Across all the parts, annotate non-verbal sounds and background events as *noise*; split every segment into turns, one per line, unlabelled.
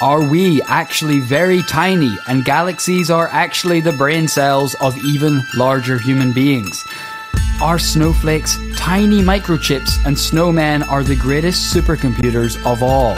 Are we actually very tiny and galaxies are actually the brain cells of even larger human beings? Are snowflakes tiny microchips and snowmen are the greatest supercomputers of all?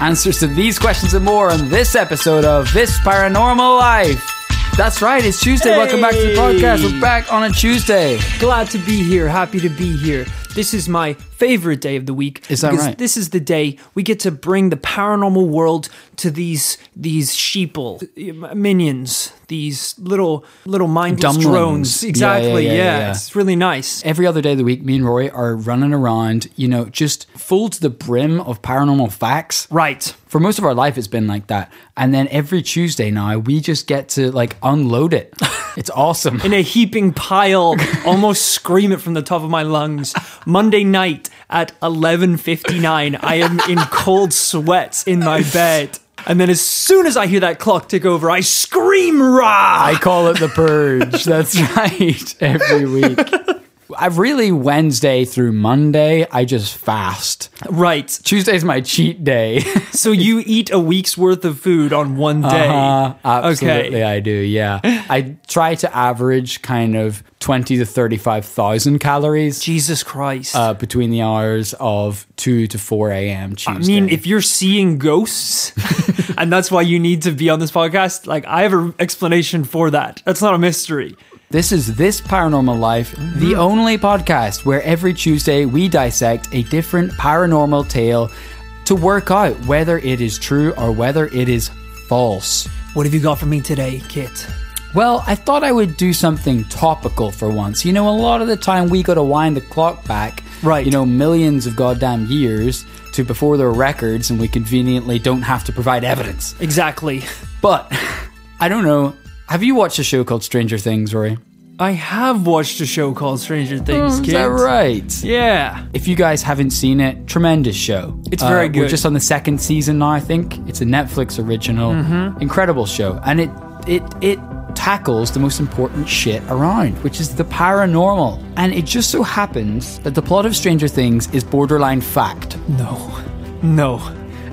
Answers to these questions and more on this episode of This Paranormal Life. That's right, it's Tuesday. Welcome back to the podcast. We're back on a Tuesday.
Glad to be here. Happy to be here. This is my favorite day of the week.
Is that
because
right?
This is the day we get to bring the paranormal world to these these sheeple uh, minions, these little little mindless
Dumblings.
drones.
Yeah,
Exactly.
yeah, yeah, yeah, yeah.
It's really nice.
Every other day of the week, me and Rory are running around, you know, just full to the brim of paranormal facts.
Right.
for most of our life it's been like that and then every tuesday now we just get to like unload *laughs* it it's awesome
In a heaping *laughs* pile, almost scream it from the top of my lungs. Monday night at 11:59, I am in cold sweats in my bed. And then as soon as I hear that clock tick over, I scream rah!
i call it the *laughs* purge that's right every week i really wednesday through monday i just fast
Right.
tuesday's my cheat *laughs* day
So you eat a week's worth of food on one day.
Uh, absolutely
Okay.
i do yeah i try to average kind of 20 to 35000 calories
Jesus Christ.
uh, between the hours of 2 to 4 a.m tuesday
I mean, if you're seeing *laughs* ghosts and that's why you need to be on this podcast, like I have an explanation for that. That's not a mystery.
This is This Paranormal Life, the only podcast where every Tuesday we dissect a different paranormal tale to work out whether it is true or whether it is false.
What have you got for me today, Kit?
Well, I thought I would do something topical for once. You know, a lot of the time we got to wind the clock back,
Right.
You know, millions of goddamn years to before there were records, and we conveniently don't have to provide evidence.
Exactly.
But *laughs* I don't know. Have you watched a show called Stranger Things, Rory?
I have watched a show called Stranger Things,
Mm, Is
Kit.
that right?
Yeah.
If you guys haven't seen it, tremendous show. Uh,
It's very
We're
good.
just on the second season now, I think. It's a Netflix original,
Mm-hmm.
incredible show, and it it it tackles the most important shit around, which is the paranormal. And it just so happens that the plot of Stranger Things is borderline fact.
No. No.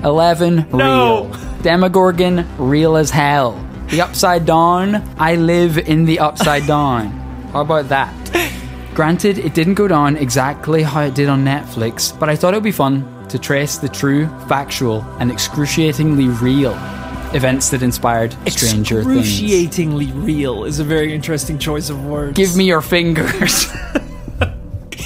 11
No.
real. Demogorgon real as hell. The upside down, I live in the upside down. How about that? Granted, it didn't go down exactly how it did on Netflix, but I thought it would be fun to trace the true, factual, and excruciatingly real events that inspired Stranger Things.
Excruciatingly real is a very interesting choice of words. *laughs*
Give me your fingers. *laughs*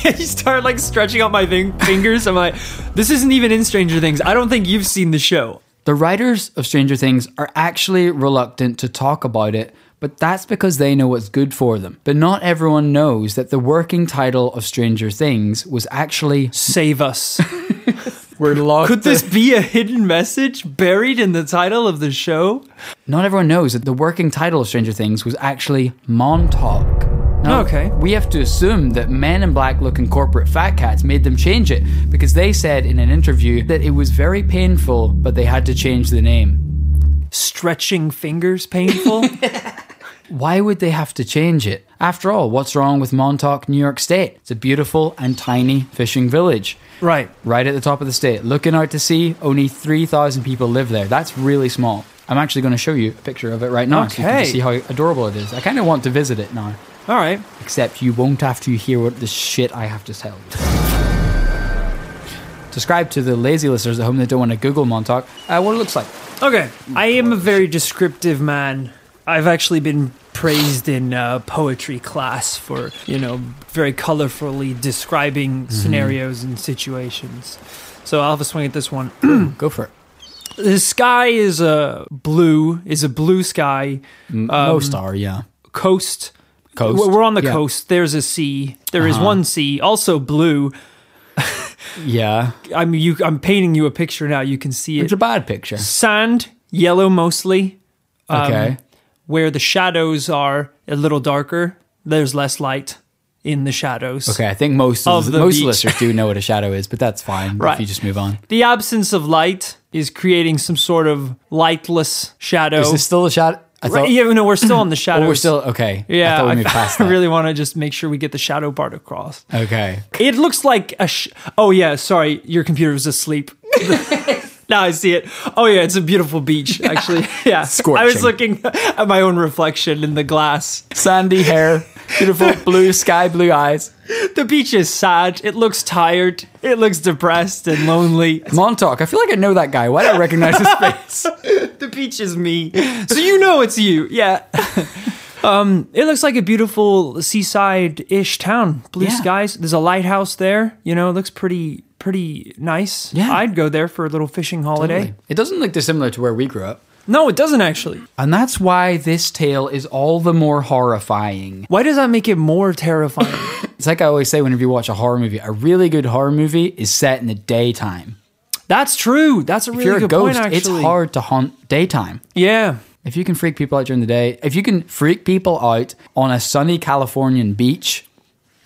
you start like stretching out my fin- fingers. I'm like, this isn't even in Stranger Things. I don't think you've seen the show.
The writers of Stranger Things are actually reluctant to talk about it, but that's because they know what's good for them. But not everyone knows that the working title of Stranger Things was actually
Save us.
We're locked.
*laughs* Could this be a hidden message buried in the title of the show?
Not everyone knows that the working title of Stranger Things was actually Montauk. Now,
Okay.
We have to assume that men in black looking corporate fat cats made them change it because they said in an interview that it was very painful, but they had to change the name.
Stretching fingers painful?
*laughs* Why would they have to change it? After all, what's wrong with Montauk, New York State? It's a beautiful and tiny fishing village.
right.
Right at the top of the state, looking out to sea, only 3,000 people live there. That's really small. I'm actually going to show you a picture of it right now so you can
Okay.
just see how adorable it is. I kind of want to visit it now.
All right.
Except you won't after you hear what the shit I have to tell you. Describe to the lazy listeners at home that don't want to Google Montauk uh, what it looks like.
Okay.
Mm,
I am a very descriptive man. I've actually been praised in uh, poetry class for, you know, very colorfully describing
Mm-hmm.
scenarios and situations. So I'll have a swing at this one. *clears throat*
Go for it.
the sky is a blue, is a blue sky.
Most are, yeah.
coast.
Coast,
We're we're on the
yeah. Uh-huh.
coast. There's a sea. There is one sea, also blue.
Yeah.
I'm you. I'm painting you a picture now. You can see
It's
it.
a bad picture.
Sand, yellow mostly. um,
Okay.
where the shadows are a little darker. There's less light in the shadows.
Okay, I think most of,
Of
the,
the
most
beach.
listeners do know what a shadow is, but that's fine
Right.
if you just move on.
The absence of light is creating some sort of lightless shadow.
Is this still a shadow? I thought
right, yeah, no, we're still
*clears throat*
on the shadows.
oh, we're still okay. I
Yeah,
thought we
*laughs* I,
moved past *laughs*
I
that.
really want to just make sure we get the shadow part across.
Okay.
It looks like a. Sh- oh yeah, sorry, your computer was asleep. *laughs* now I see it. Oh yeah, it's a beautiful beach. Actually, *laughs* yeah. I
Scorching.
was looking at my own reflection in the glass.
Sandy hair, *laughs* beautiful blue sky blue eyes.
The beach is sad. It looks tired. It looks depressed and
*laughs*
lonely.
Montauk. I feel like I know that guy. Why do I recognize *laughs* his face?
the beach is me. So you know it's you. Yeah. *laughs* Um, it looks like a beautiful seaside-ish town. Blue
Yeah.
skies. There's a lighthouse there. You know, it looks pretty pretty nice.
Yeah.
I'd go there for a little fishing holiday.
It doesn't look dissimilar to where we grew up.
No, it doesn't actually.
And that's why this tale is all the more horrifying.
Why does that make it
*laughs*
more terrifying?
It's like I always say whenever you watch a horror movie, a really good horror movie is set in the daytime.
That's true. That's a
If
really
you're a
good
ghost,
point. Actually,
it's hard to haunt daytime.
Yeah.
If you can freak people out during the day, if you can freak people out on a sunny Californian beach,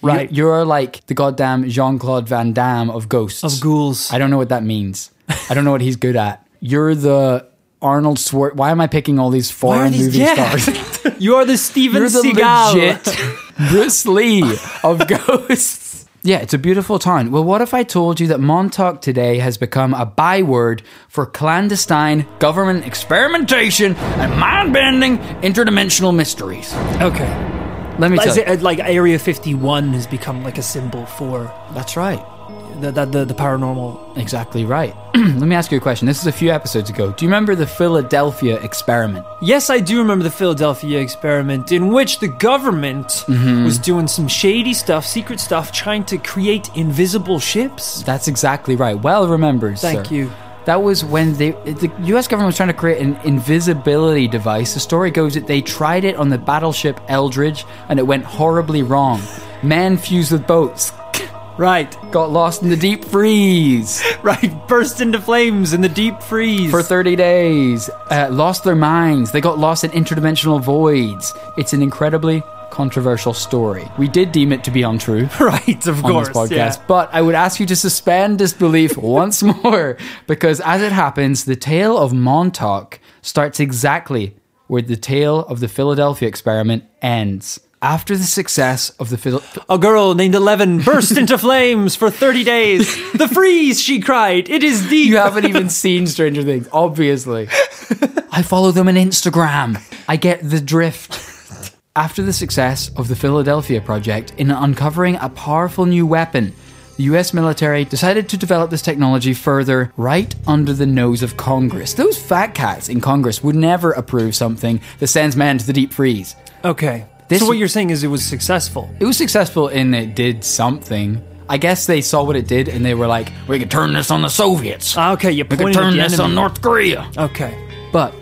you-
Right.
you're like the goddamn Jean Claude Van Damme of ghosts.
Of ghouls.
I don't know what that means. I don't know what he's good at. You're the Arnold Schwarzenegger. Why am I picking all these foreign movie
*laughs* yeah.
stars?
you are the Steven
You're the
Seagal.
legit Bruce Lee of
*laughs*
*laughs* ghosts. Yeah, it's a beautiful town. Well, what if I told you that Montauk today has become a byword for clandestine government experimentation and mind-bending interdimensional mysteries?
Okay.
Let me tell
Is
you.
it, uh, like Area 51 has become like a symbol for
That's right.
the the, the, the paranormal.
Exactly right. *clears throat* Let me ask you a question. This is a few episodes ago. Do you remember the Philadelphia experiment?
Yes, I do remember the Philadelphia experiment in which the government
Mm-hmm.
was doing some shady stuff, secret stuff, trying to create invisible ships.
That's exactly right. Well remembered,
Thank
sir.
you.
That was when they, the U.S. government was trying to create an invisibility device. The story goes that they tried it on the battleship Eldridge, and it went horribly wrong. Men fused with boats
Right. *laughs*
got lost in the deep freeze
Right. Burst into flames in the deep freeze.
for 30 days. Uh, lost their minds. They got lost in interdimensional voids. It's an incredibly controversial story. We did deem it to be untrue.
right, of
on
course.
this podcast.
yeah.
But I would ask you to suspend
*laughs*
disbelief once more because, as it happens, the tale of Montauk starts exactly where the tale of the Philadelphia experiment ends. After the success of the Phil-
A girl named Eleven burst
*laughs*
into flames for 30 days. The freeze, she cried. It is deep.
you haven't *laughs* even seen Stranger Things, obviously. *laughs* I follow them on Instagram. I get the drift. After the success of the Philadelphia project in uncovering a powerful new weapon, the US military decided to develop this technology further right under the nose of Congress. Those fat cats in Congress would never approve something that sends men to the deep freeze.
okay.
This-
so what you're saying is it was successful.
It was successful in it did something. I guess they saw what it did and they were like, we could turn this on the Soviets.
Ah, okay, you
we could
pointed at
turn
the
this
enemy.
on North Korea.
Okay.
But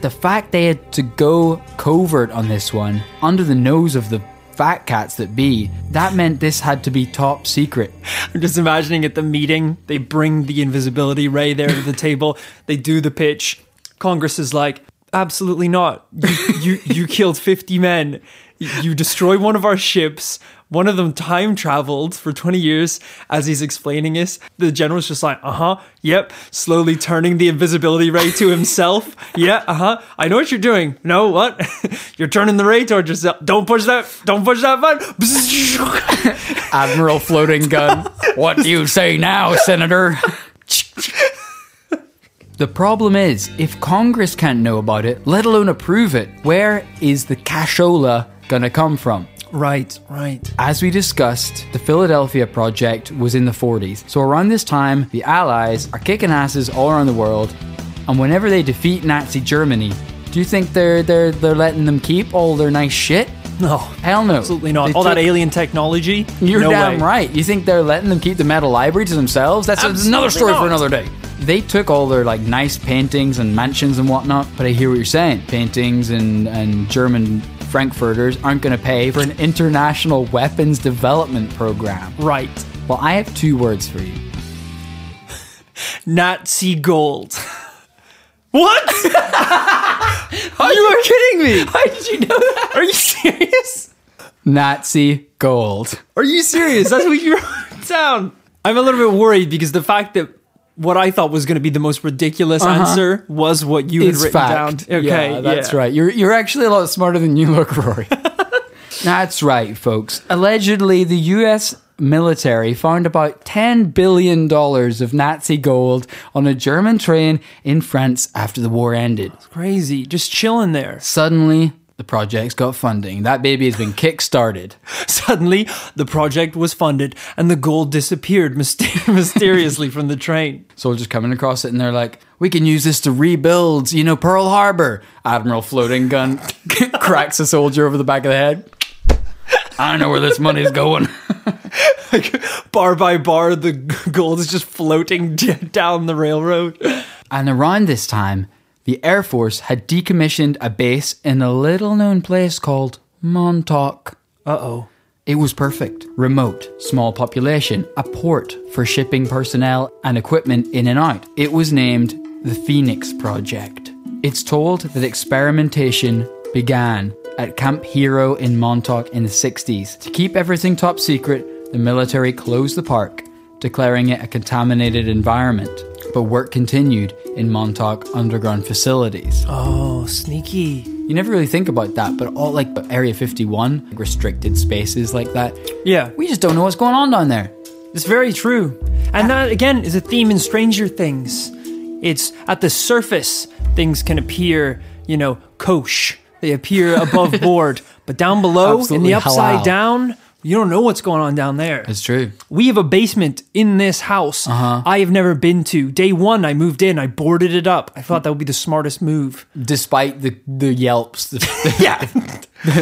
the fact they had to go covert on this one, under the nose of the fat cats that be, that meant this had to be top secret.
I'm just imagining at the meeting, they bring the invisibility ray there to the table. They do the pitch. Congress is like, absolutely not. You, you, you killed 50 men. You you destroy one of our ships. One of them time traveled for 20 years as he's explaining this. The general's just like, uh huh, yep, slowly turning the invisibility ray to himself. yeah, uh huh. I know what you're doing. No, what? *laughs* you're turning the ray towards yourself. Don't push that. Don't push that button. *laughs*
Admiral Floating Gun, what do you say now, Senator? the problem is, if Congress can't know about it, let alone approve it, where is the cashola gonna come from?
right, right.
As we discussed, the Philadelphia Project was in the 40s. So around this time, the Allies are kicking asses all around the world, and whenever they defeat Nazi Germany, do you think they're they're they're letting them keep all their nice shit?
No.
Hell no.
Absolutely not.
They
All that
took-
alien technology.
You're
no
damn
way.
right. You think they're letting them keep the metal library to themselves? That's another
Absolutely
story for
not.
another day. They took all their like nice paintings and mansions and whatnot, but I hear what you're saying. Paintings and, and German Frankfurters aren't going to pay for an international weapons development program.
Right.
Well, I have two words for you.
Nazi gold. *laughs*
*laughs*
what?
you are kidding me!
How did you know that? Are you serious?
Nazi gold.
Are you serious?
*laughs*
That's what you wrote down. I'm a little bit worried because the fact that what I thought was going to be the most ridiculous answer was what you
Uh-huh.
had
It's
written
fact.
down. Okay,
yeah, that's
yeah.
right. You're you're actually a
*laughs*
lot smarter than you look, Rory. that's right, folks. Allegedly, the U.S. military found about $10 billion of Nazi gold on a German train in France after the war ended.
Crazy. Just chilling there. *laughs*
Suddenly, the project's got funding. That baby has been kickstarted.
Suddenly, the project was funded and the gold disappeared myster- *laughs* mysteriously from the train.
Soldiers coming across it and they're like, we can use this to rebuild, you know, Pearl Harbor. Admiral Floating Gun *laughs* cracks a soldier over the back of the head. I know where this money's going.
Bar by bar, the *laughs* g- gold is just floating *laughs* d- down the railroad.
And around this time, the Air Force had decommissioned a base in a little known place called Montauk.
Uh oh.
It was perfect. Remote, small population, a port for shipping personnel and equipment in and out. It was named the Phoenix Project. It's told that experimentation began at Camp Hero in Montauk in the 60s. To keep everything top secret, the military closed the park, declaring it a contaminated environment. But work continued in Montauk underground facilities.
Oh, sneaky.
You never really think about that, but all like but Area 51, restricted spaces like that.
Yeah.
We just don't know what's going on down there.
It's very true. And that, again, is a theme in Stranger Things. It's at the surface, things can appear, you know, kosh.
*laughs*
They appear above board. But down below, in
Absolutely
the upside
halal.
down, you don't know what's going on down there.
It's Uh-huh. true.
We have a basement in this house I have never been to. Day one, I moved in, I boarded it up. I thought that would be the smartest move.
Despite the the yelps, the, *laughs* the,
Yeah.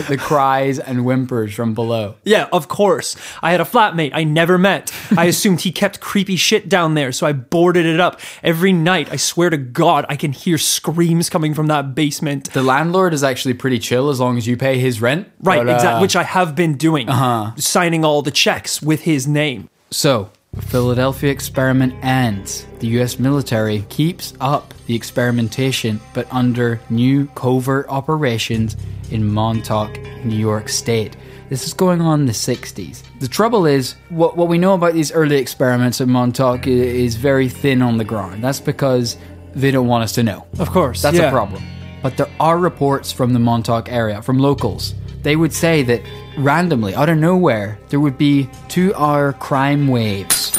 the cries and whimpers from below.
Yeah, of course. I had a flatmate I never met.
*laughs*
I assumed he kept creepy shit down there, so I boarded it up. Every night, I swear to God, I can hear screams coming from that basement.
The landlord is actually pretty chill as long as you pay his rent.
Right,
But, uh, uh-huh.
exactly, which I have been doing, signing all the checks with his name.
So, the Philadelphia experiment ends. The US military keeps up the experimentation but under new covert operations in Montauk, New York State. This is going on in the 60s. The trouble is, what, what we know about these early experiments at Montauk i- is very thin on the ground. That's because they don't want us to know.
Of course.
That's
yeah.
a problem. But there are reports from the Montauk area, from locals. They would say that randomly, out of nowhere, there would be two hour crime waves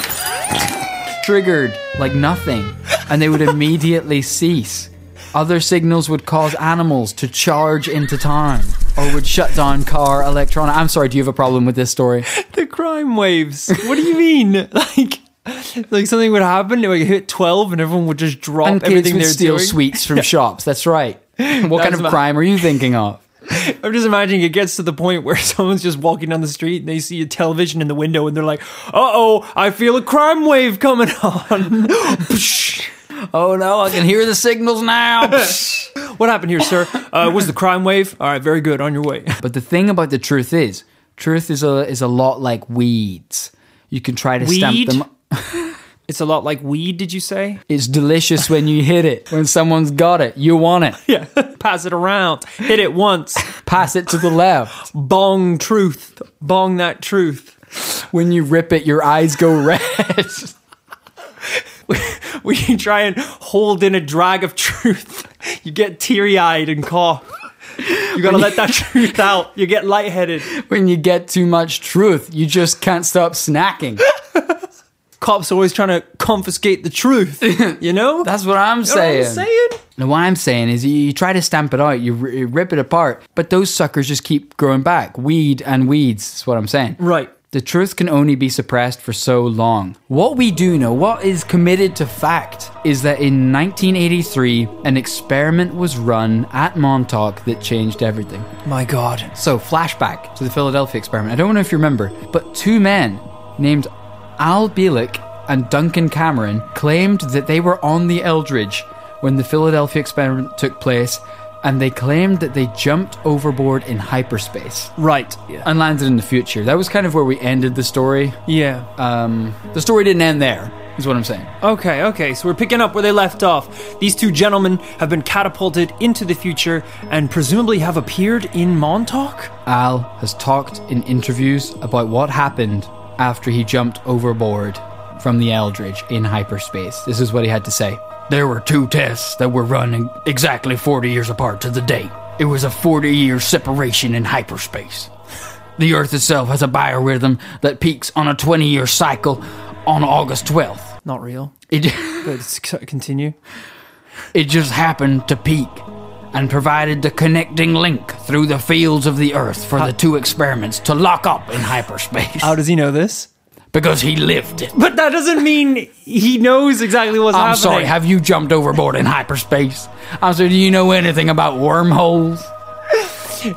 triggered like nothing, and *laughs* they would immediately cease. Other signals would cause animals to charge into town or would shut down car electronic. I'm sorry, do you have a problem with this *laughs* story?
The crime waves. What do you mean? *laughs* like, like something would happen, it would hit 12, and everyone would just drop
And kids
everything
would
they're
steal
doing.
sweets *laughs* from shops. That's right. What kind
That's
of
my-
crime are you thinking of?
I'm just imagining it gets to the point where *laughs* someone's just walking down the street and they see a television in the window and they're like, "Uh oh, I feel a crime wave coming on."
*laughs*
*laughs*
Oh no, I can hear the signals *laughs* now.
what happened here, sir? Uh, was the crime wave? All right, very good. On your way.
But the thing about the truth is, truth is a is a lot like weeds. You can try to stamp
Weed?
them.
*laughs* It's a lot like weed. Did you say?
It's delicious when you hit it. When someone's got it, you want it.
Yeah. *laughs* Pass it around. Hit it once.
Pass it to the left.
Bong truth. Bong that truth. *laughs*
When you rip it, your eyes go *laughs* red.
We try and hold in a drag of truth. *laughs* You get teary eyed and cough. You gotta let that truth out. You get lightheaded.
when you get too much truth, you just can't stop snacking.
cops always trying to confiscate the *laughs* truth. You know?
That's what I'm
You know what
saying.
I'm saying?
Now, what I'm saying is you, you try to stamp it out, you, r- you rip it apart, but those suckers just keep growing back. Weed and weeds is what I'm saying.
Right.
The truth can only be suppressed for so long. What we do know, what is committed to fact, is that in 1983, an experiment was run at Montauk that changed everything.
My God.
So, flashback to the Philadelphia experiment. I don't know if you remember, but two men named Al Bielik and Duncan Cameron claimed that they were on the Eldridge when the Philadelphia experiment took place, and they claimed that they jumped overboard in hyperspace
Right. Yeah.
and landed in the future. That was kind of where we ended the story.
Yeah.
Um, the story didn't end there, is what I'm saying.
Okay, okay. So we're picking up where they left off. These two gentlemen have been catapulted into the future and presumably have appeared in Montauk?
Al has talked in interviews about what happened after he jumped overboard from the Eldridge in hyperspace. This is what he had to say. There were two tests that were run exactly 40 years apart to the date. It was a 40 year separation in hyperspace. The Earth itself has a biorhythm that peaks on a 20 year cycle on August 12th.
Not real.
It, *laughs*
But it's- continue.
it just happened to peak and provided the connecting link through the fields of the Earth for the two experiments to lock up in hyperspace.
How does he know this?
*laughs* because he lived it.
But that doesn't mean he knows exactly what's
I'm
happening.
sorry, have you jumped overboard in hyperspace? I said, do you know anything about wormholes?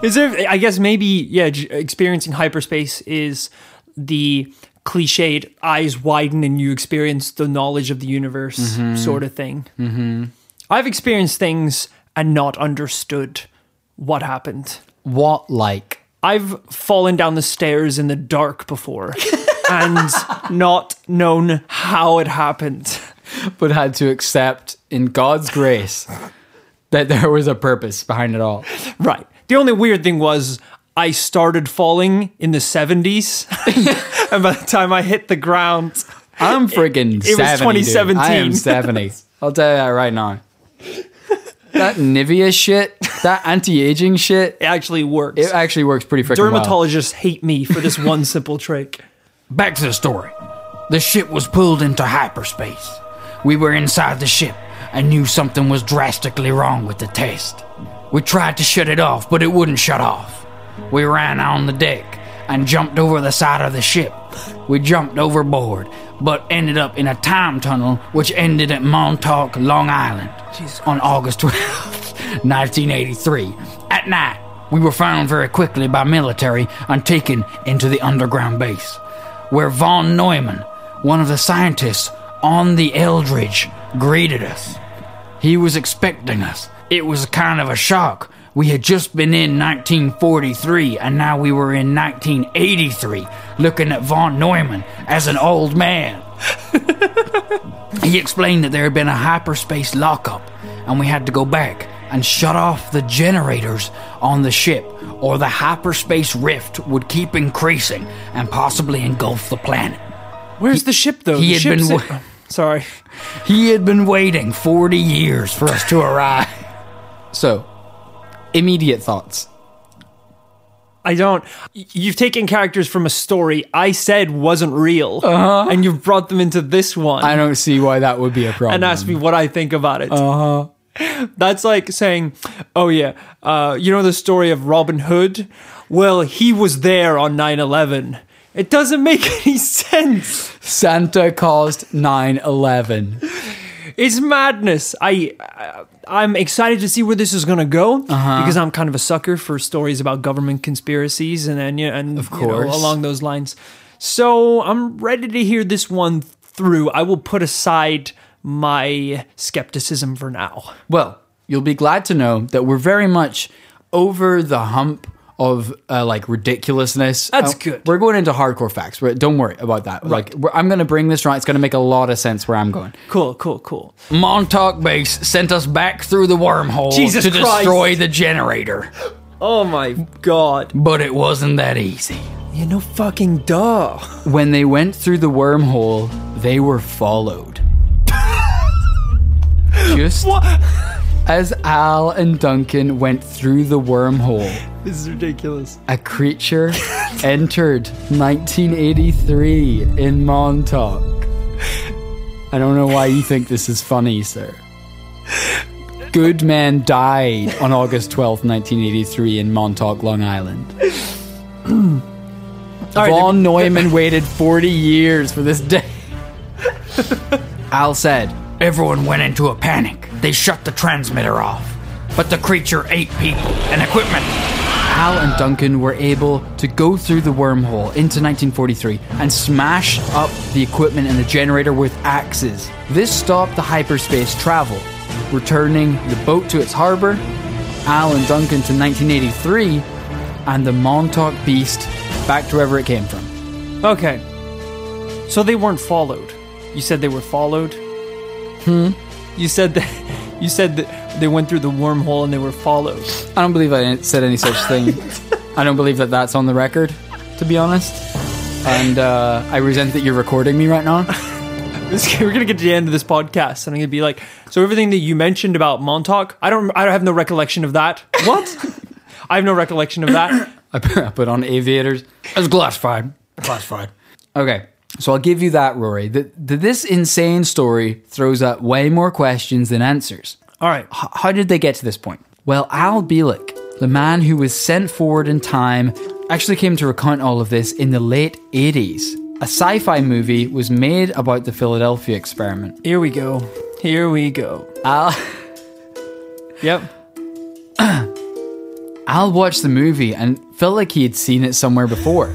Is there? I guess maybe yeah. j- Experiencing hyperspace is the cliched eyes widen and you experience the knowledge of the universe sort of thing. Mm-hmm. I've experienced things and not understood what happened.
What, like?
I've fallen down the stairs in the dark *laughs* before and not known how it happened.
But had to accept in God's grace that there was a purpose behind it all.
Right. The only weird thing was I started falling in the 70s. *laughs* and by the time I hit the ground,
I'm freaking
it was
70, dude. I am
2017.
*laughs* 70. I'll tell you that right now. That Nivea shit, that anti aging shit,
it actually works.
it actually works pretty freaking well.
Dermatologists hate me for this
*laughs*
one simple trick.
Back to the story. The ship was pulled into hyperspace. We were inside the ship and knew something was drastically wrong with the test. We tried to shut it off, but it wouldn't shut off. We ran on the deck and jumped over the side of the ship. We jumped overboard, but ended up in a time tunnel which ended at Montauk, Long Island on August *laughs* 12th, 1983. At night, we were found very quickly by military and taken into the underground base where von Neumann, one of the scientists on the Eldridge, greeted us. He was expecting us. It was kind of a shock. We had just been in 1943 and now we were in 1983 looking at von Neumann as an old man. he explained that there had been a hyperspace lockup and we had to go back and shut off the generators on the ship or the hyperspace rift would keep increasing and possibly engulf the planet.
Where's the ship though?
he
The
had
ship's
been
in-
wa-
Sorry.
He had been waiting 40 years for us to arrive. *laughs* So, immediate thoughts.
I don't. y- You've taken characters from a story I said wasn't real, and you've brought them into this one
Uh-huh. I don't see why that would be a problem.
and ask me what I think about it. Uh
Uh-huh.
huh. That's like saying, "Oh yeah, uh, you know the story of Robin Hood? Well, he was there on 9/11." It doesn't make *laughs* any sense.
Santa caused 9 11.
It's madness. I, I I'm excited to see where this is going to go because I'm kind of a sucker for stories about government conspiracies and then yeah, and of
course.
along those lines. So I'm ready to hear this one through. I will put aside my skepticism for now.
Well, you'll be glad to know that we're very much over the hump of uh, like ridiculousness.
That's
Uh,
good.
We're going into hardcore facts. We're- Don't worry about that. Like, we're, I'm going to bring this right. It's going to make a lot of sense where I'm going.
Cool, cool, cool.
Montauk Base sent us back through the wormhole
Jesus
to
Christ.
destroy the generator,
Oh my god.
but it wasn't that easy.
You know fucking duh.
When they went through the wormhole, they were followed. Just as Al and Duncan went through the wormhole,
This is ridiculous.
a creature entered 1983 in Montauk. I don't know why you think this is funny, sir. Goodman died on August 12th, 1983, in Montauk, Long Island. Von Neumann waited 40 years for this *laughs* day. Al said, Everyone went into a panic. They shut the transmitter off. But the creature ate people and equipment. Al and Duncan were able to go through the wormhole into 1943 and smash up the equipment and the generator with axes. This stopped the hyperspace travel, returning the boat to its harbor, Al and Duncan to 1983, and the Montauk Beast back to wherever it came from.
Okay. So they weren't followed. You said they were followed? Hmm? You said that *laughs* you said that they went through the wormhole and they were followed. *laughs*
I don't believe I said any such thing. I don't believe that that's on the record, to be honest. And uh, I resent that you're recording me right now.
This- We're gonna get to the end of this podcast, and I'm gonna be like, "So everything that you mentioned *laughs* about Montauk, I don't, I have no recollection of that. What? I have no recollection of that.
I put, I put on aviators. It's glassified. Classified. Okay. So I'll give you that, Rory. The, the, this insane story throws up way more questions than answers.
*coughs* All right.
H- how did they get to this point? Well, Al Bielik, the man who was sent forward in time, actually came to recount all of this in the late 80s. A sci fi movie was made about the Philadelphia experiment.
Here we go. Here we go.
Al.
Yep.
Al watched the movie and felt like he had seen it somewhere before.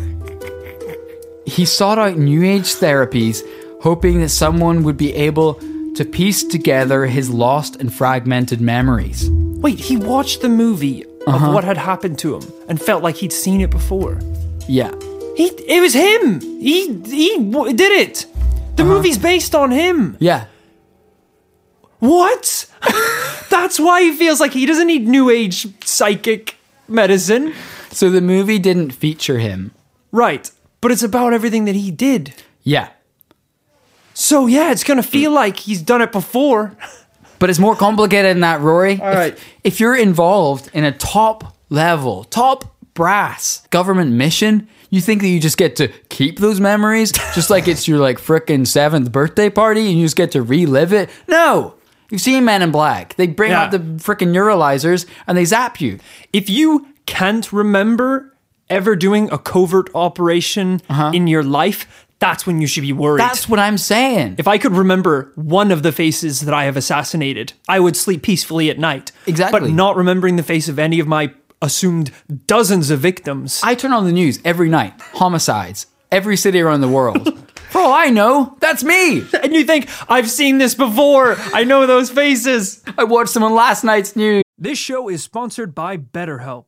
He sought out New Age therapies, hoping that someone would be able to piece together his lost and fragmented memories.
Wait, he watched the movie of what had happened to him and felt like he'd seen it before.
Yeah.
He, it was him. He, he w- did it. The movie's based on him.
Yeah.
What? *laughs* That's why he feels like he doesn't need new age psychic medicine.
So the movie didn't feature him.
Right. But it's about everything that he did.
Yeah.
So yeah, it's gonna feel like he's done it before.
But it's more complicated than that, Rory. All
right.
If you're involved in a top level, top brass government mission, you think that you just get to keep those memories just like it's your like frickin' seventh birthday party and you just get to relive it? No. You've seen Men in Black. They bring
Yeah.
out the frickin' neuralizers and they zap you.
If you can't remember ever doing a covert operation in your life, that's when you should be worried.
That's what I'm saying.
if I could remember one of the faces that I have assassinated, I would sleep peacefully at night.
Exactly.
But not remembering the face of any of my assumed dozens of victims.
I turn on the news every night, homicides, every city around the
*laughs*
world. For all I know, that's me.
and you think, I've seen this before. I know those faces.
I watched them on last night's news.
This show is sponsored by BetterHelp.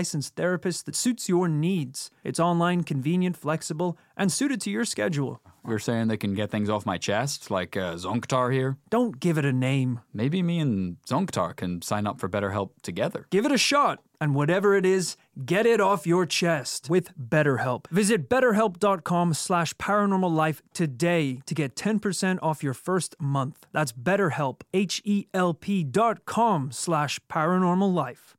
licensed therapist that suits your needs. It's online, convenient, flexible, and suited to your schedule.
We're saying they can get things off my chest, like uh, Zonktar here.
Don't give it a name.
Maybe me and Zonktar can sign up for BetterHelp together.
Give it a shot, and whatever it is, get it off your chest with BetterHelp. Visit betterhelp.com slash paranormal life today to get 10% off your first month. That's betterhelp, H-E-L-P dot com slash paranormal life.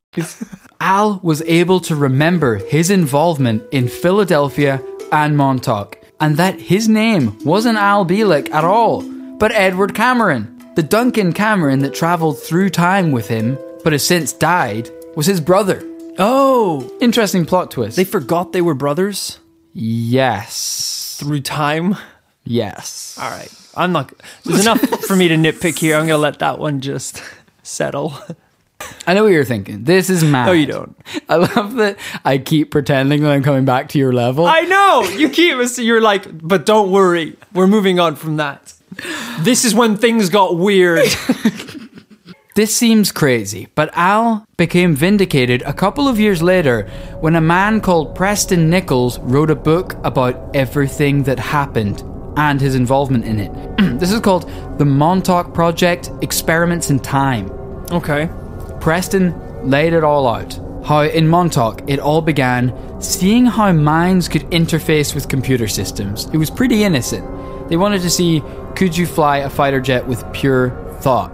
Al was able to remember his involvement in Philadelphia and Montauk, and that his name wasn't Al Bielik at all, but Edward Cameron. The Duncan Cameron that travelled through time with him, but has since died, was his brother.
Oh,
Interesting plot twist.
they forgot they were brothers
yes.
through time?
Yes.
All right. I'm not, there's *laughs* enough for me to nitpick here. I'm going to let that one just settle.
I know what you're thinking. This is mad.
No, you don't.
I love that I keep pretending that I'm coming back to your level.
*laughs* I know you keep us. You're like, but don't worry, we're moving on from that. This is when things got weird.
This seems crazy, but Al became vindicated a couple of years later when a man called Preston Nichols wrote a book about everything that happened and his involvement in it. *clears throat* this is called The Montauk Project Experiments in Time.
*laughs* okay.
Preston laid it all out. How in Montauk it all began, seeing how minds could interface with computer systems. It was pretty innocent. They wanted to see could you fly a fighter jet with pure thought?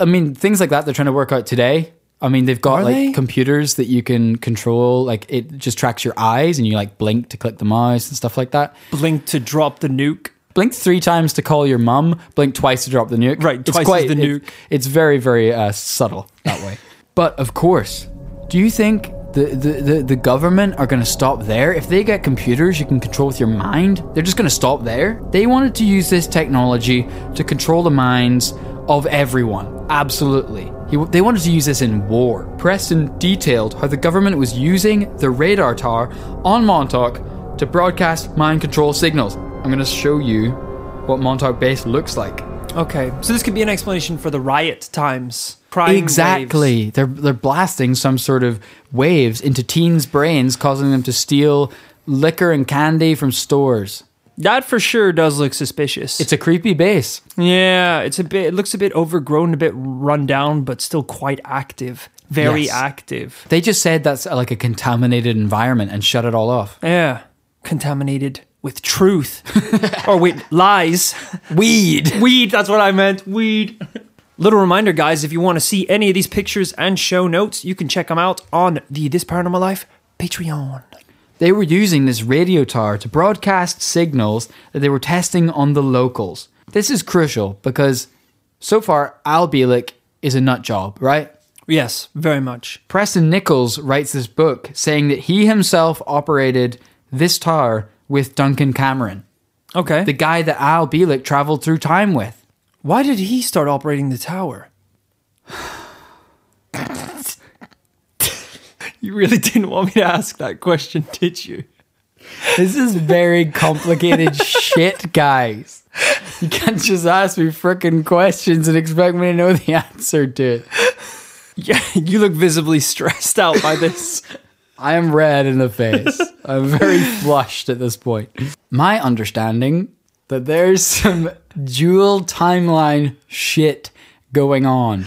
I mean, things like that they're trying to work out today. I mean, they've got
Are
like
they?
computers that you can control, like it just tracks your eyes and you like blink to click the mouse and stuff like that.
Blink to drop the nuke.
Blink three times to call your mum. Blink twice to drop the nuke.
Right, twice is the
it-
nuke.
it's very, very uh, subtle that way. *laughs* but of course, do you think the, the, the, the government are going to stop there? If they get computers you can control with your mind, they're just going to stop there? They wanted to use this technology to control the minds of everyone. Absolutely. He, they wanted to use this in war. Preston detailed how the government was using the radar tower on Montauk to broadcast mind control signals. I'm going to show you what Montauk Base looks like.
Okay, so this could be an explanation for the riot times. prying
exactly. They're they're blasting some sort of waves into teens' brains, causing them to steal liquor and candy from
waves.
stores.
That for sure does look suspicious.
It's a creepy base.
yeah, it's a bit. It looks a bit overgrown, a bit run down, but still quite active. Very
Yes.
active.
They just said that's uh, like a contaminated environment and shut it all off.
Yeah, contaminated with *laughs* truth, or wait, lies.
Weed.
Weed, that's what I meant. Weed. Little reminder, guys, if you want to see any of these pictures and show notes, you can check them out on the This Paranormal Life Patreon.
They were using this radio tower to broadcast signals that they were testing on the locals. This is crucial because so far Al Bielik is a nut job, right?
Yes, very much.
Preston Nichols writes this book saying that he himself operated this tower with Duncan Cameron,
Okay.
the guy that Al Bielik traveled through time with.
Why did he start operating the tower? *laughs* you really didn't want me to ask that question, did you?
This is very complicated shit, guys. You can't just ask me frickin' questions and expect me to know the answer to it.
*laughs* Yeah, you look visibly stressed out by *laughs* this.
I am red in the face. I'm very flushed at this point. My understanding that there's some dual timeline shit going on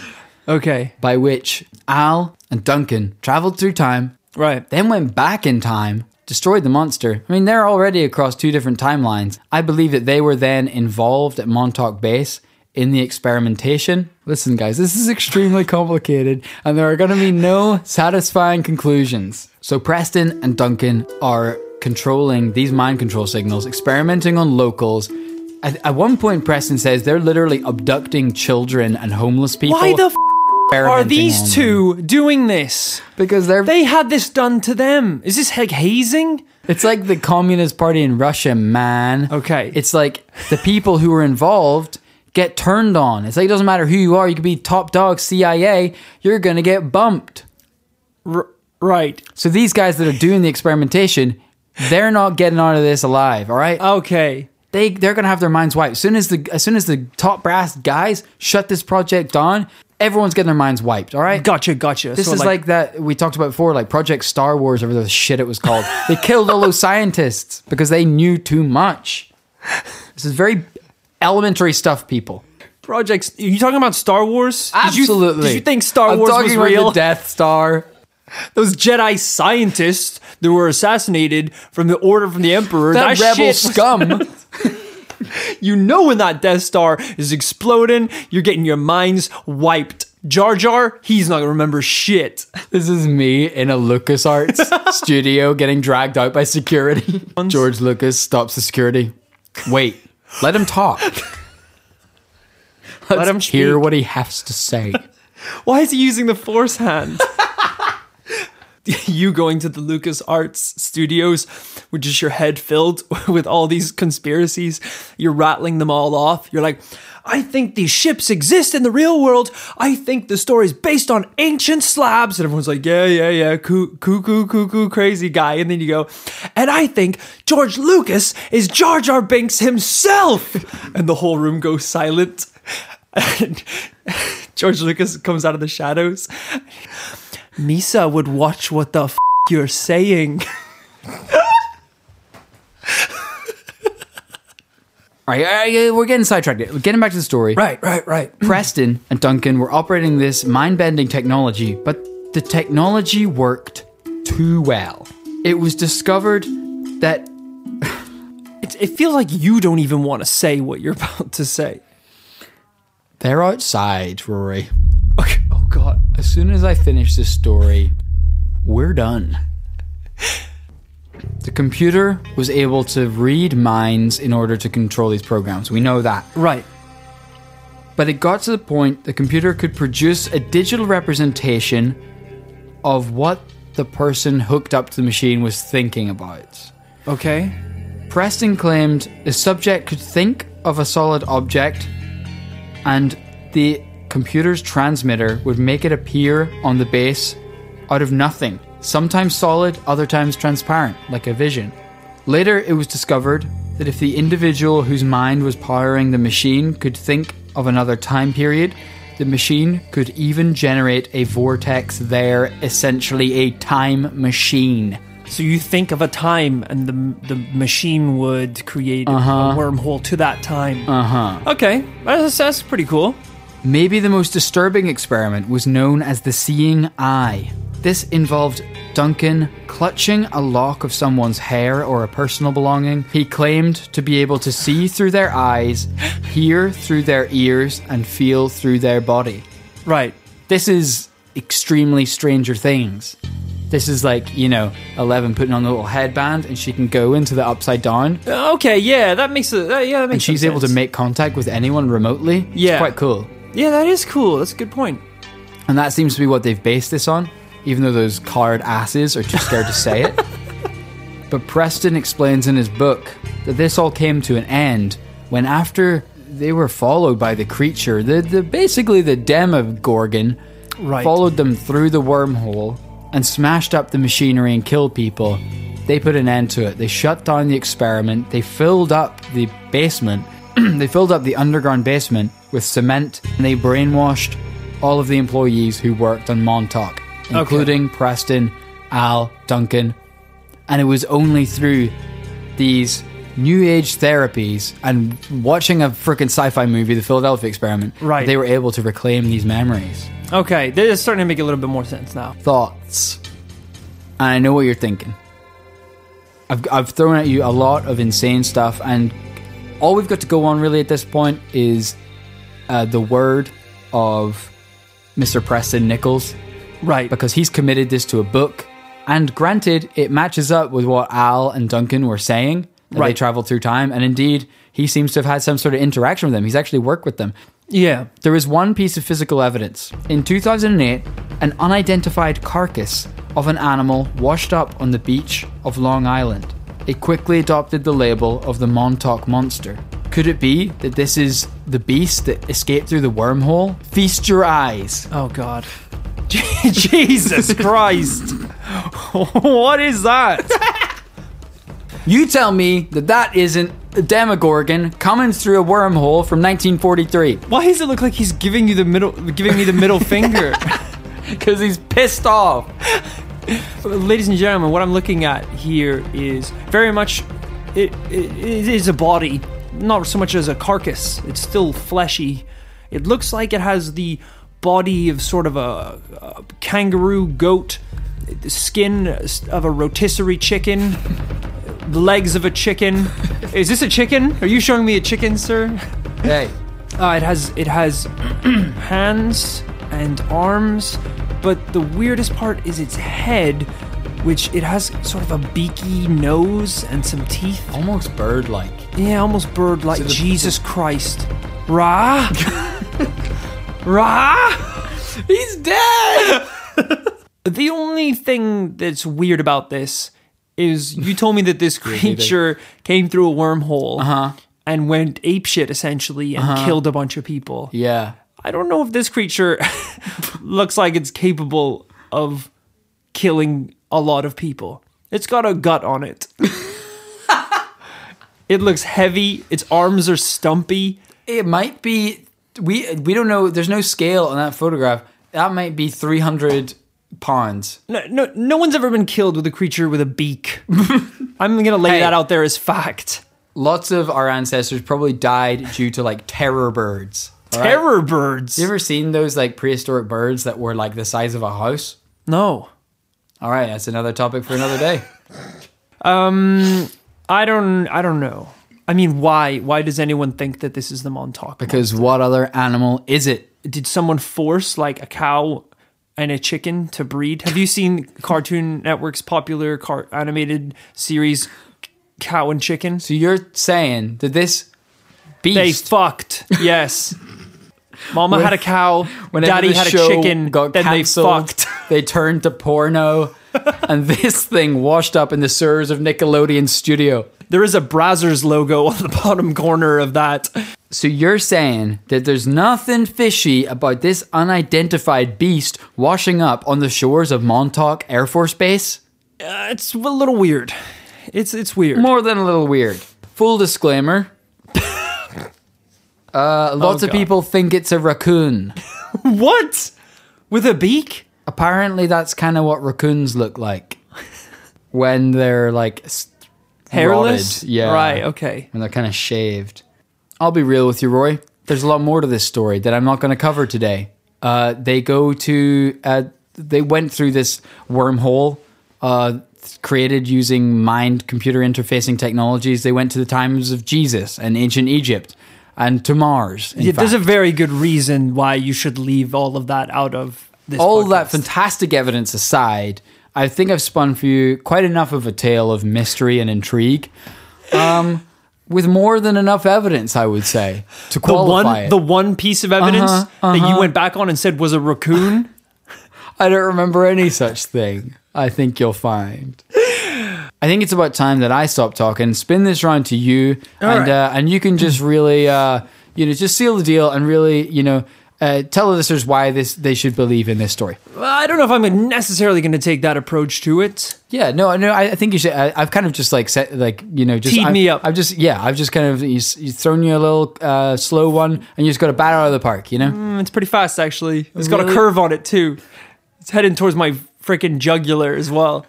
okay,
by which Al and Duncan traveled through time,
right.
then went back in time, destroyed the monster. I mean, they're already across two different timelines. I believe that they were then involved at Montauk Base in the experimentation. Listen, guys, this is extremely complicated, and there are going to be no satisfying conclusions. So, Preston and Duncan are controlling these mind control signals, experimenting on locals. At, at one point, Preston says they're literally abducting children and homeless people.
Why the f- are
experimenting on
these
them.
two doing this?
Because they're
They had this done to them. Is this like hazing?
It's like the Communist Party in Russia, man.
Okay.
It's like the people who are involved get turned on. It's like it doesn't matter who you are, you could be top dog CIA, you're going to get bumped.
R- right.
So these guys that are doing the experimentation, they're not getting out of this alive, all
Uh,
right?
Okay.
They they're going to have their minds wiped. As soon as the as soon as the top brass guys shut this project down, everyone's getting their minds wiped, all right?
Gotcha, gotcha.
This
So,
is like, that we talked about before, like Project Star Wars, or whatever the shit it was called. they killed all those scientists because they knew too much. This is very elementary stuff, people.
projects. Are you talking about Star Wars? Did you-
Absolutely.
Did you, think Star
I'm
Wars
talking
was
about
real?
The Death Star.
Those Jedi scientists that were assassinated from the order from the Emperor.
That,
That,
rebel
shit was-
scum.
*laughs* you know when that Death Star is exploding, you're getting your minds wiped. Jar Jar, he's not gonna remember shit. *laughs*
this is me in a LucasArts studio getting dragged out by security. George Lucas stops the security. Wait, let him talk. Let's
him
hear
speak.
what he has to say.
Why is he using the Force hand? *laughs* you going to the Lucas Arts Studios with just your head filled *laughs* with all these conspiracies. You're rattling them all off. You're like, I think these ships exist in the real world. I think the story is based on ancient slabs. And everyone's like, yeah, yeah, yeah, coo, coo, coo, coo, coo, crazy guy. And then you go, and I think George Lucas is Jar Jar Binks himself. *laughs* and the whole room goes silent. *laughs* And *laughs* George Lucas comes out of the shadows Misa would watch what the f- you're saying.
All right, all right, we're getting sidetracked. Getting back to the
*laughs*
story.
Right, right, right.
Preston and Duncan were operating this mind bending technology, but the technology worked too well. It was discovered that
It, it feels like you don't even want to say what you're *laughs* about to say.
they're outside, Rory. *laughs*
Okay. Oh God.
As soon as I finish this story, we're done. The computer was able to read minds in order to control these programs. We know that.
Right.
but it got to the point the computer could produce a digital representation of what the person hooked up to the machine was thinking about.
Okay.
Preston claimed the subject could think of a solid object and the computer's transmitter would make it appear on the base out of nothing, sometimes solid, other times transparent, like a vision. Later, it was discovered that if the individual whose mind was powering the machine could think of another time period, The machine could even generate a vortex there, essentially a time machine.
So you think of a time, and the the machine would create a wormhole to that time. Uh huh. Okay, that's, that's pretty cool.
Maybe the most disturbing experiment was known as the seeing eye. This involved Duncan clutching a lock of someone's hair or a personal belonging. He claimed to be able to see through their eyes, hear through their ears, and feel through their body.
Right.
This is extremely Stranger Things. This is like, you know, Eleven putting on the little headband and she can go into the upside down
Uh, Okay. Yeah, that makes it. yeah, that makes.
and she's
some
able to
sense.
make contact with anyone remotely.
Yeah.
It's quite cool.
Yeah, that is cool. That's a good point.
And that seems to be what they've based this on, even though those card asses are too scared to say it. But Preston explains in his book that this all came to an end when, after they were followed by the creature, the, the basically the Demogorgon,
Right.
followed them through the wormhole and smashed up the machinery and killed people. They put an end to it. They shut down the experiment. They filled up the basement. *clears throat* they filled up the underground basement with cement and they brainwashed all of the employees who worked on Montauk, including Preston, Al, Duncan, and it was only through these new age therapies and watching a freaking sci-fi movie the philadelphia experiment
Right.
that they were able to reclaim these memories
Okay, this is starting to make a little bit more sense now.
thoughts and i know what you're thinking I've, I've thrown at you a lot of insane stuff and all we've got to go on really at this point is uh, the word of mr preston nichols
Right.
because he's committed this to a book. And granted, it matches up with what Al and Duncan were saying. That They
Right.
traveled through time, and indeed, he seems to have had some sort of interaction with them. He's actually worked with them.
yeah.
There is one piece of physical evidence. In 2008, an unidentified carcass of an animal washed up on the beach of Long Island. It quickly adopted the label of the Montauk Monster. Could it be that this is the beast that escaped through the wormhole? Feast your eyes.
Oh God. *laughs* Jesus *laughs* Christ. what is that?
You tell me that that isn't a Demogorgon coming through a wormhole from 1943
Why does it look like he's giving you the middle, giving me the middle finger?
because he's pissed off.
Ladies and gentlemen, what I'm looking at here is very much, it, it, it is a body, not so much as a carcass. It's still fleshy. It looks like it has the body of sort of a, a kangaroo goat, the skin of a rotisserie chicken, the legs of a chicken. Is this a chicken? Are you showing me a chicken, sir?
Hey,
Uh, it has it has hands and arms, but the weirdest part is its head, which it has sort of a beaky nose and some teeth.
almost bird-like.
Yeah, almost bird-like.
the-
Jesus Christ, Ra, Ra.
He's dead.
The only thing that's weird about this is you told me that this creature came through a wormhole and went apeshit essentially and killed a bunch of people.
Yeah,
I don't know if this creature *laughs* looks like it's capable of killing a lot of people. It's got a gut on it. *laughs* it looks heavy. Its arms are stumpy.
it might be. We we don't know. There's no scale on that photograph. That might be 300 pounds.
No, no, no one's ever been killed with a creature with a
*laughs*
beak. I'm gonna lay
Hey.
that out there as fact.
Lots of our ancestors probably died due to like terror birds. all right?
Terror birds.
You ever seen those like prehistoric birds that were like the size of a house?
no,
All right, that's another topic for another day. *laughs*
I don't. I don't know. I mean, why? Why does anyone think that this is the Montauk?
Because what other animal is it?
did someone force like a cow and a chicken to breed? Have you seen Cartoon Network's popular car- animated series Cow and Chicken?
So you're saying that this
They
beast,
fucked.
*laughs*
Yes. Mama had a cow,
whenever
daddy
the
had a
show
chicken,
got
then
cancelled,
they fucked.
*laughs* they turned to porno, and this thing washed up in the sewers of Nickelodeon studio.
There is a Brazzers logo on the *laughs* bottom corner of that. Uh,
So you're saying that there's nothing fishy about this unidentified beast washing up on the shores of Montauk Air Force Base?
Uh, it's a little weird. It's it's weird.
More than a little weird. Full *laughs* disclaimer. Uh, lots
Oh,
Uh, of
God.
people think it's a raccoon.
what? With a beak?
Apparently, that's kind of what raccoons look
*laughs*
like when they're like s-
Hairless?
rotted. Yeah,
Right, okay.
When they're kind of shaved. I'll be real with you, Roy. There's a lot more to this story that I'm not going to cover today. Uh, they go to uh, they went through this wormhole uh, created using mind computer interfacing technologies. They went to the times of Jesus and ancient Egypt and to Mars. in
Yeah, there's a
fact.
very good reason why you should leave all of that out of this.
all that
podcast.
fantastic evidence aside, I think I've spun for you quite enough of a tale of mystery and intrigue. Um, with more than enough evidence, I would say, to
the one
qualify
the
it.
one piece of evidence
Uh-huh,
that you
uh-huh.
went back on and said was a *laughs* raccoon.
I don't remember any such thing. I think you'll find. I think it's about time that I stop talking. Spin this round to you, and
right.
uh, and you can just really, uh, you know, just seal the deal and really, you know, uh, tell the listeners why this they should believe in this story.
Well, I don't know if I'm necessarily going to take that approach to it.
Yeah, no, no. I, I think you should. I, I've kind of just like set, like you know, just
Teed
I've,
me up.
I've just yeah, I've just kind of you, s- you thrown you a little uh, slow one, and you just got to bat it out of the park. You know,
Mm, It's pretty fast, actually. It's got a
Really?
curve on it too. It's heading towards my freaking jugular as well.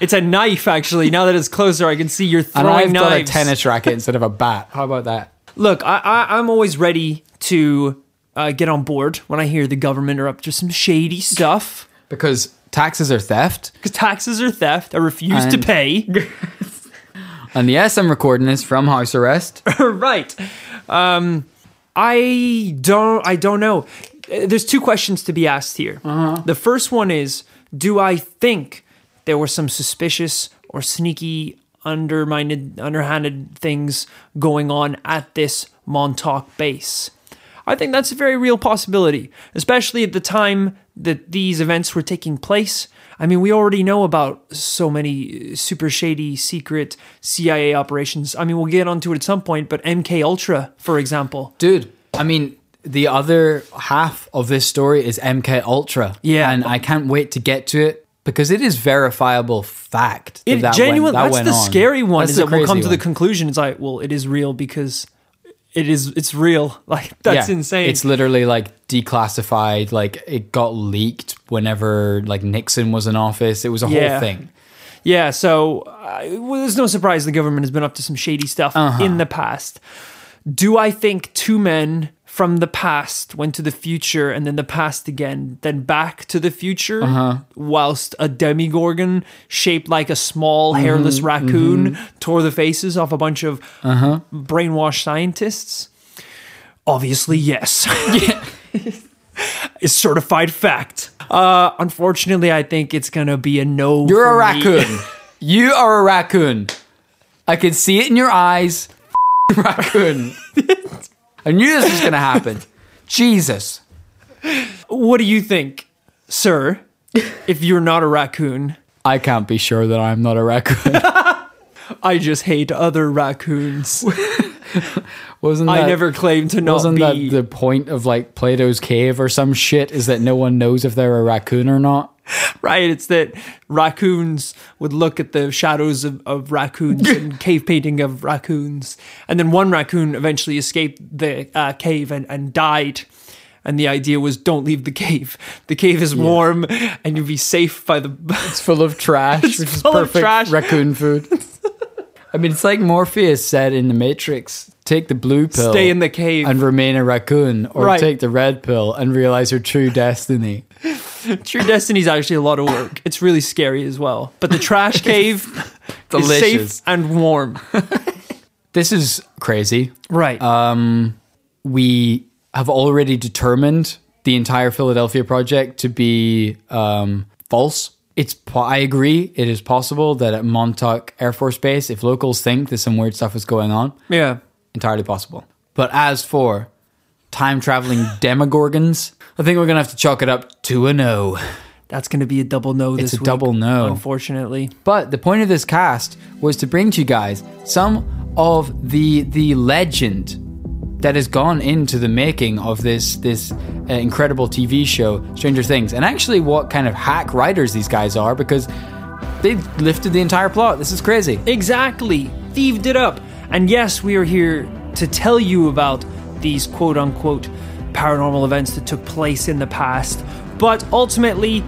It's a knife, actually. Now that it's closer, I can see you're
and
throwing
I've got a
knives. *laughs*
tennis racket instead of a bat. How about that?
Look, I, I, I'm always ready to uh, get on board when I hear the government are up to some shady stuff.
Because taxes are theft,
Because taxes are theft. I refuse to
And-
pay.
and yes, I'm recording this from house arrest.
right. Um, I don't. I don't know. Uh, There's two questions to be asked here. The first one is: Do I think there were some suspicious or sneaky, undermined, underhanded things going on at this Montauk base? I think that's a very real possibility, especially at the time that these events were taking place. I mean, we already know about so many uh, super shady secret CIA operations. I mean, we'll get onto it at some point, but MK Ultra, for example.
dude i mean the other half of this story is mk ultra
Yeah.
and i can't wait to get to it because it is verifiable fact that
It
that
genuine-
went, that
that's
went
the
on.
scary one
That's
is
the
that we'll
crazy
come to the
one.
conclusion it's like, well, it is real because it is it's real. *laughs* Like that's
Yeah.
insane.
it's literally like declassified like it got leaked whenever like nixon was in office it was a
Yeah.
whole thing
Yeah, so uh, well, there's no surprise the government has been up to some shady stuff
Uh-huh.
in the past. Do I think two men from the past went to the future and then the past again, then back to the future,
Uh-huh.
whilst a demigorgon shaped like a small
Mm-hmm.
hairless raccoon tore the faces off a bunch of
Uh-huh.
brainwashed scientists? Obviously,
*laughs*
yes. It's certified fact. Uh, unfortunately, I think it's gonna be a no.
you're
for
a
me. *laughs*
raccoon you are a raccoon i can see it in your eyes *laughs*
*laughs*
raccoon i knew this was gonna happen jesus
What do you think,
*laughs*
sir? if you're not a raccoon,
I can't be sure that I'm not a raccoon. *laughs*
I just hate other raccoons.
Wasn't that,
I never claim to not
wasn't
be.
that the point of like Plato's cave or some shit? Is that no one knows if they're a raccoon or not?
right, it's that raccoons would look at the shadows of, of
*laughs*
raccoons and cave painting of raccoons, and then one raccoon eventually escaped the uh, cave and, and died. And the idea was, don't leave the cave. The cave is warm, and you'll be safe by the
It's full of trash, which is
full of
perfect
trash.
raccoon food. *laughs* I mean, it's like Morpheus said in The Matrix: take the blue
*laughs*
pill,
Stay in the cave.
and remain a raccoon, or
Right.
take the red pill and realize your true destiny.
True Destiny is actually a lot of work. It's really scary as well. But the
*laughs*
trash cave is
Delicious.
safe and warm.
This is crazy.
Right.
um, we have already determined the entire Philadelphia project to be um, false. It's po- I agree. It is possible that at Montauk Air Force Base, if locals think that some weird stuff is going on,
yeah.
entirely possible. But as for time traveling *laughs* demogorgons, I think we're gonna have to chalk it up to a no.
That's going to be a double no this
It's a
week,
double no.
Unfortunately.
But the point of this cast was to bring to you guys some of the the legend that has gone into the making of this this uh, incredible TV show Stranger Things, and actually what kind of hack writers these guys are because they lifted the entire plot. This is crazy.
Exactly. Thieved it up. And yes, we are here to tell you about these quote unquote paranormal events that took place in the past. But ultimately,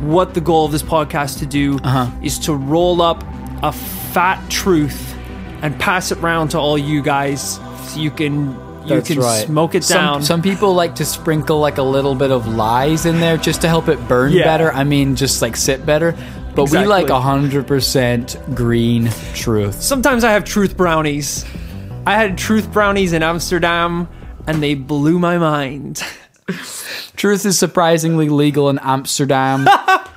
what the goal of this podcast to do
Uh-huh.
is to roll up a fat truth and pass it round to all you guys so you can you
That's
can
right.
smoke it
some,
down.
Some people like to sprinkle like a little bit of lies in there just to help it burn
Yeah.
better. I mean, just like sit better. But we like
Exactly.
100% green truth.
Sometimes I have truth brownies. I had truth brownies in Amsterdam and they blew my mind.
Truth is surprisingly legal in
*laughs*
Amsterdam.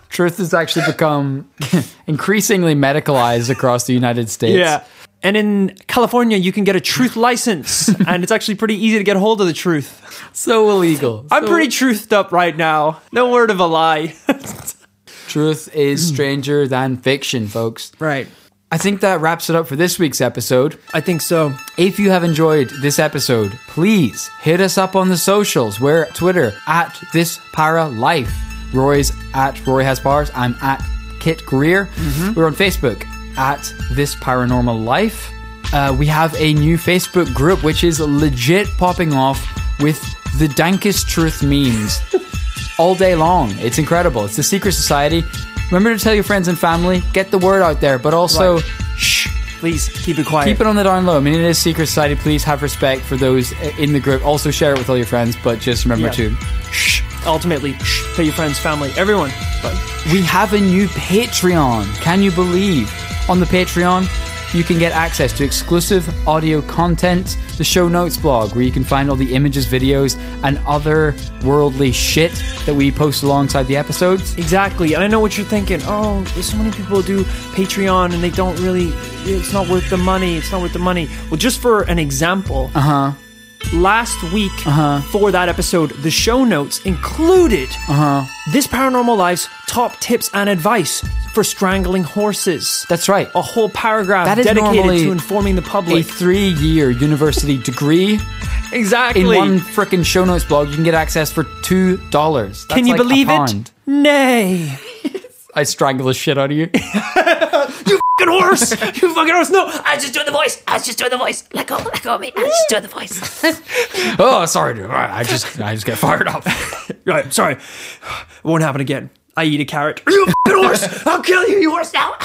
truth has actually become *laughs* increasingly medicalized across the United States.
Yeah. And in California, you can get a truth
*laughs*
license, and it's actually pretty easy to get hold of the truth.
So illegal.
I'm
So-
pretty truthed up right now. No word of a lie. *laughs*
Truth is stranger than fiction, folks.
right.
I think that wraps it up for this week's episode.
I think so.
If you have enjoyed this episode, please hit us up on the socials. We're at Twitter at this para life. Roy's at Roy has bars. I'm at Kit Greer. We're on Facebook at this paranormal life. Uh, we have a new Facebook group which is legit popping off with the dankest truth memes all day long. It's incredible. It's the secret society. Remember to tell your friends and family. Get the word out there, but also
Right.
shh.
Please keep it quiet.
Keep it on the down low. I mean, it is secret society. Please have respect for those in the group. Also, share it with all your friends, but just remember
Yeah.
to.
Ultimately, shh, tell your friends, family, everyone. But
We have a new Patreon. Can you believe? On the Patreon, you can get access to exclusive audio content, the show notes blog, where you can find all the images, videos, and other worldly shit that we post alongside the episodes.
exactly. And I know what you're thinking. Oh, there's so many people do Patreon and they don't really, it's not worth the money. It's not worth the money. Well, just for an example,
Uh huh.
last week
Uh-huh.
for that episode, the show notes included
Uh-huh.
this paranormal life's top tips and advice for strangling horses.
That's right.
a whole paragraph
That is
dedicated
normally
to informing the
A
public.
three year university degree
exactly.
in one freaking show notes blog. You can get access for $2. That's
Can you
like a
believe
pound.
it? Nay.
I strangle the shit out of you.
Fucking
*laughs*
horse. you fucking horse. No, I just doing the voice.
I was just doing the voice. Let go, let go of me. I was just doing the voice.
oh, sorry, dude. I just, I just get fired up.
*laughs*
*laughs*
Right, sorry. It won't happen again. I eat a carrot. *laughs* You fucking horse. I'll kill you, you horse.
Now,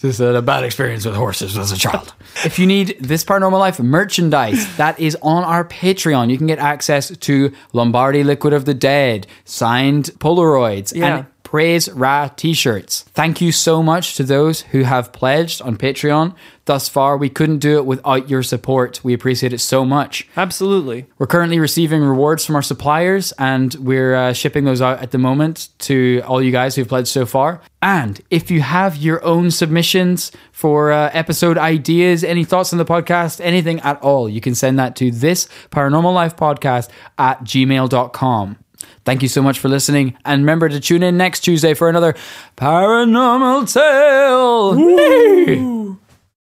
This had a bad experience with horses as a child. If you need this paranormal life merchandise, that is on our Patreon. You can get access to Lombardi Liquid of the Dead, signed Polaroids,
Yeah.
and Praise Ra t-shirts. Thank you so much to those who have pledged on Patreon. Thus far, we couldn't do it without your support. We appreciate it so much.
Absolutely.
We're currently receiving rewards from our suppliers, and we're uh, shipping those out at the moment to all you guys who've pledged so far. And if you have your own submissions for uh, episode ideas, any thoughts on the podcast, anything at all, you can send that to this paranormal life podcast at gmail.com. Thank you so much for listening, and remember to tune in next Tuesday for another paranormal tale.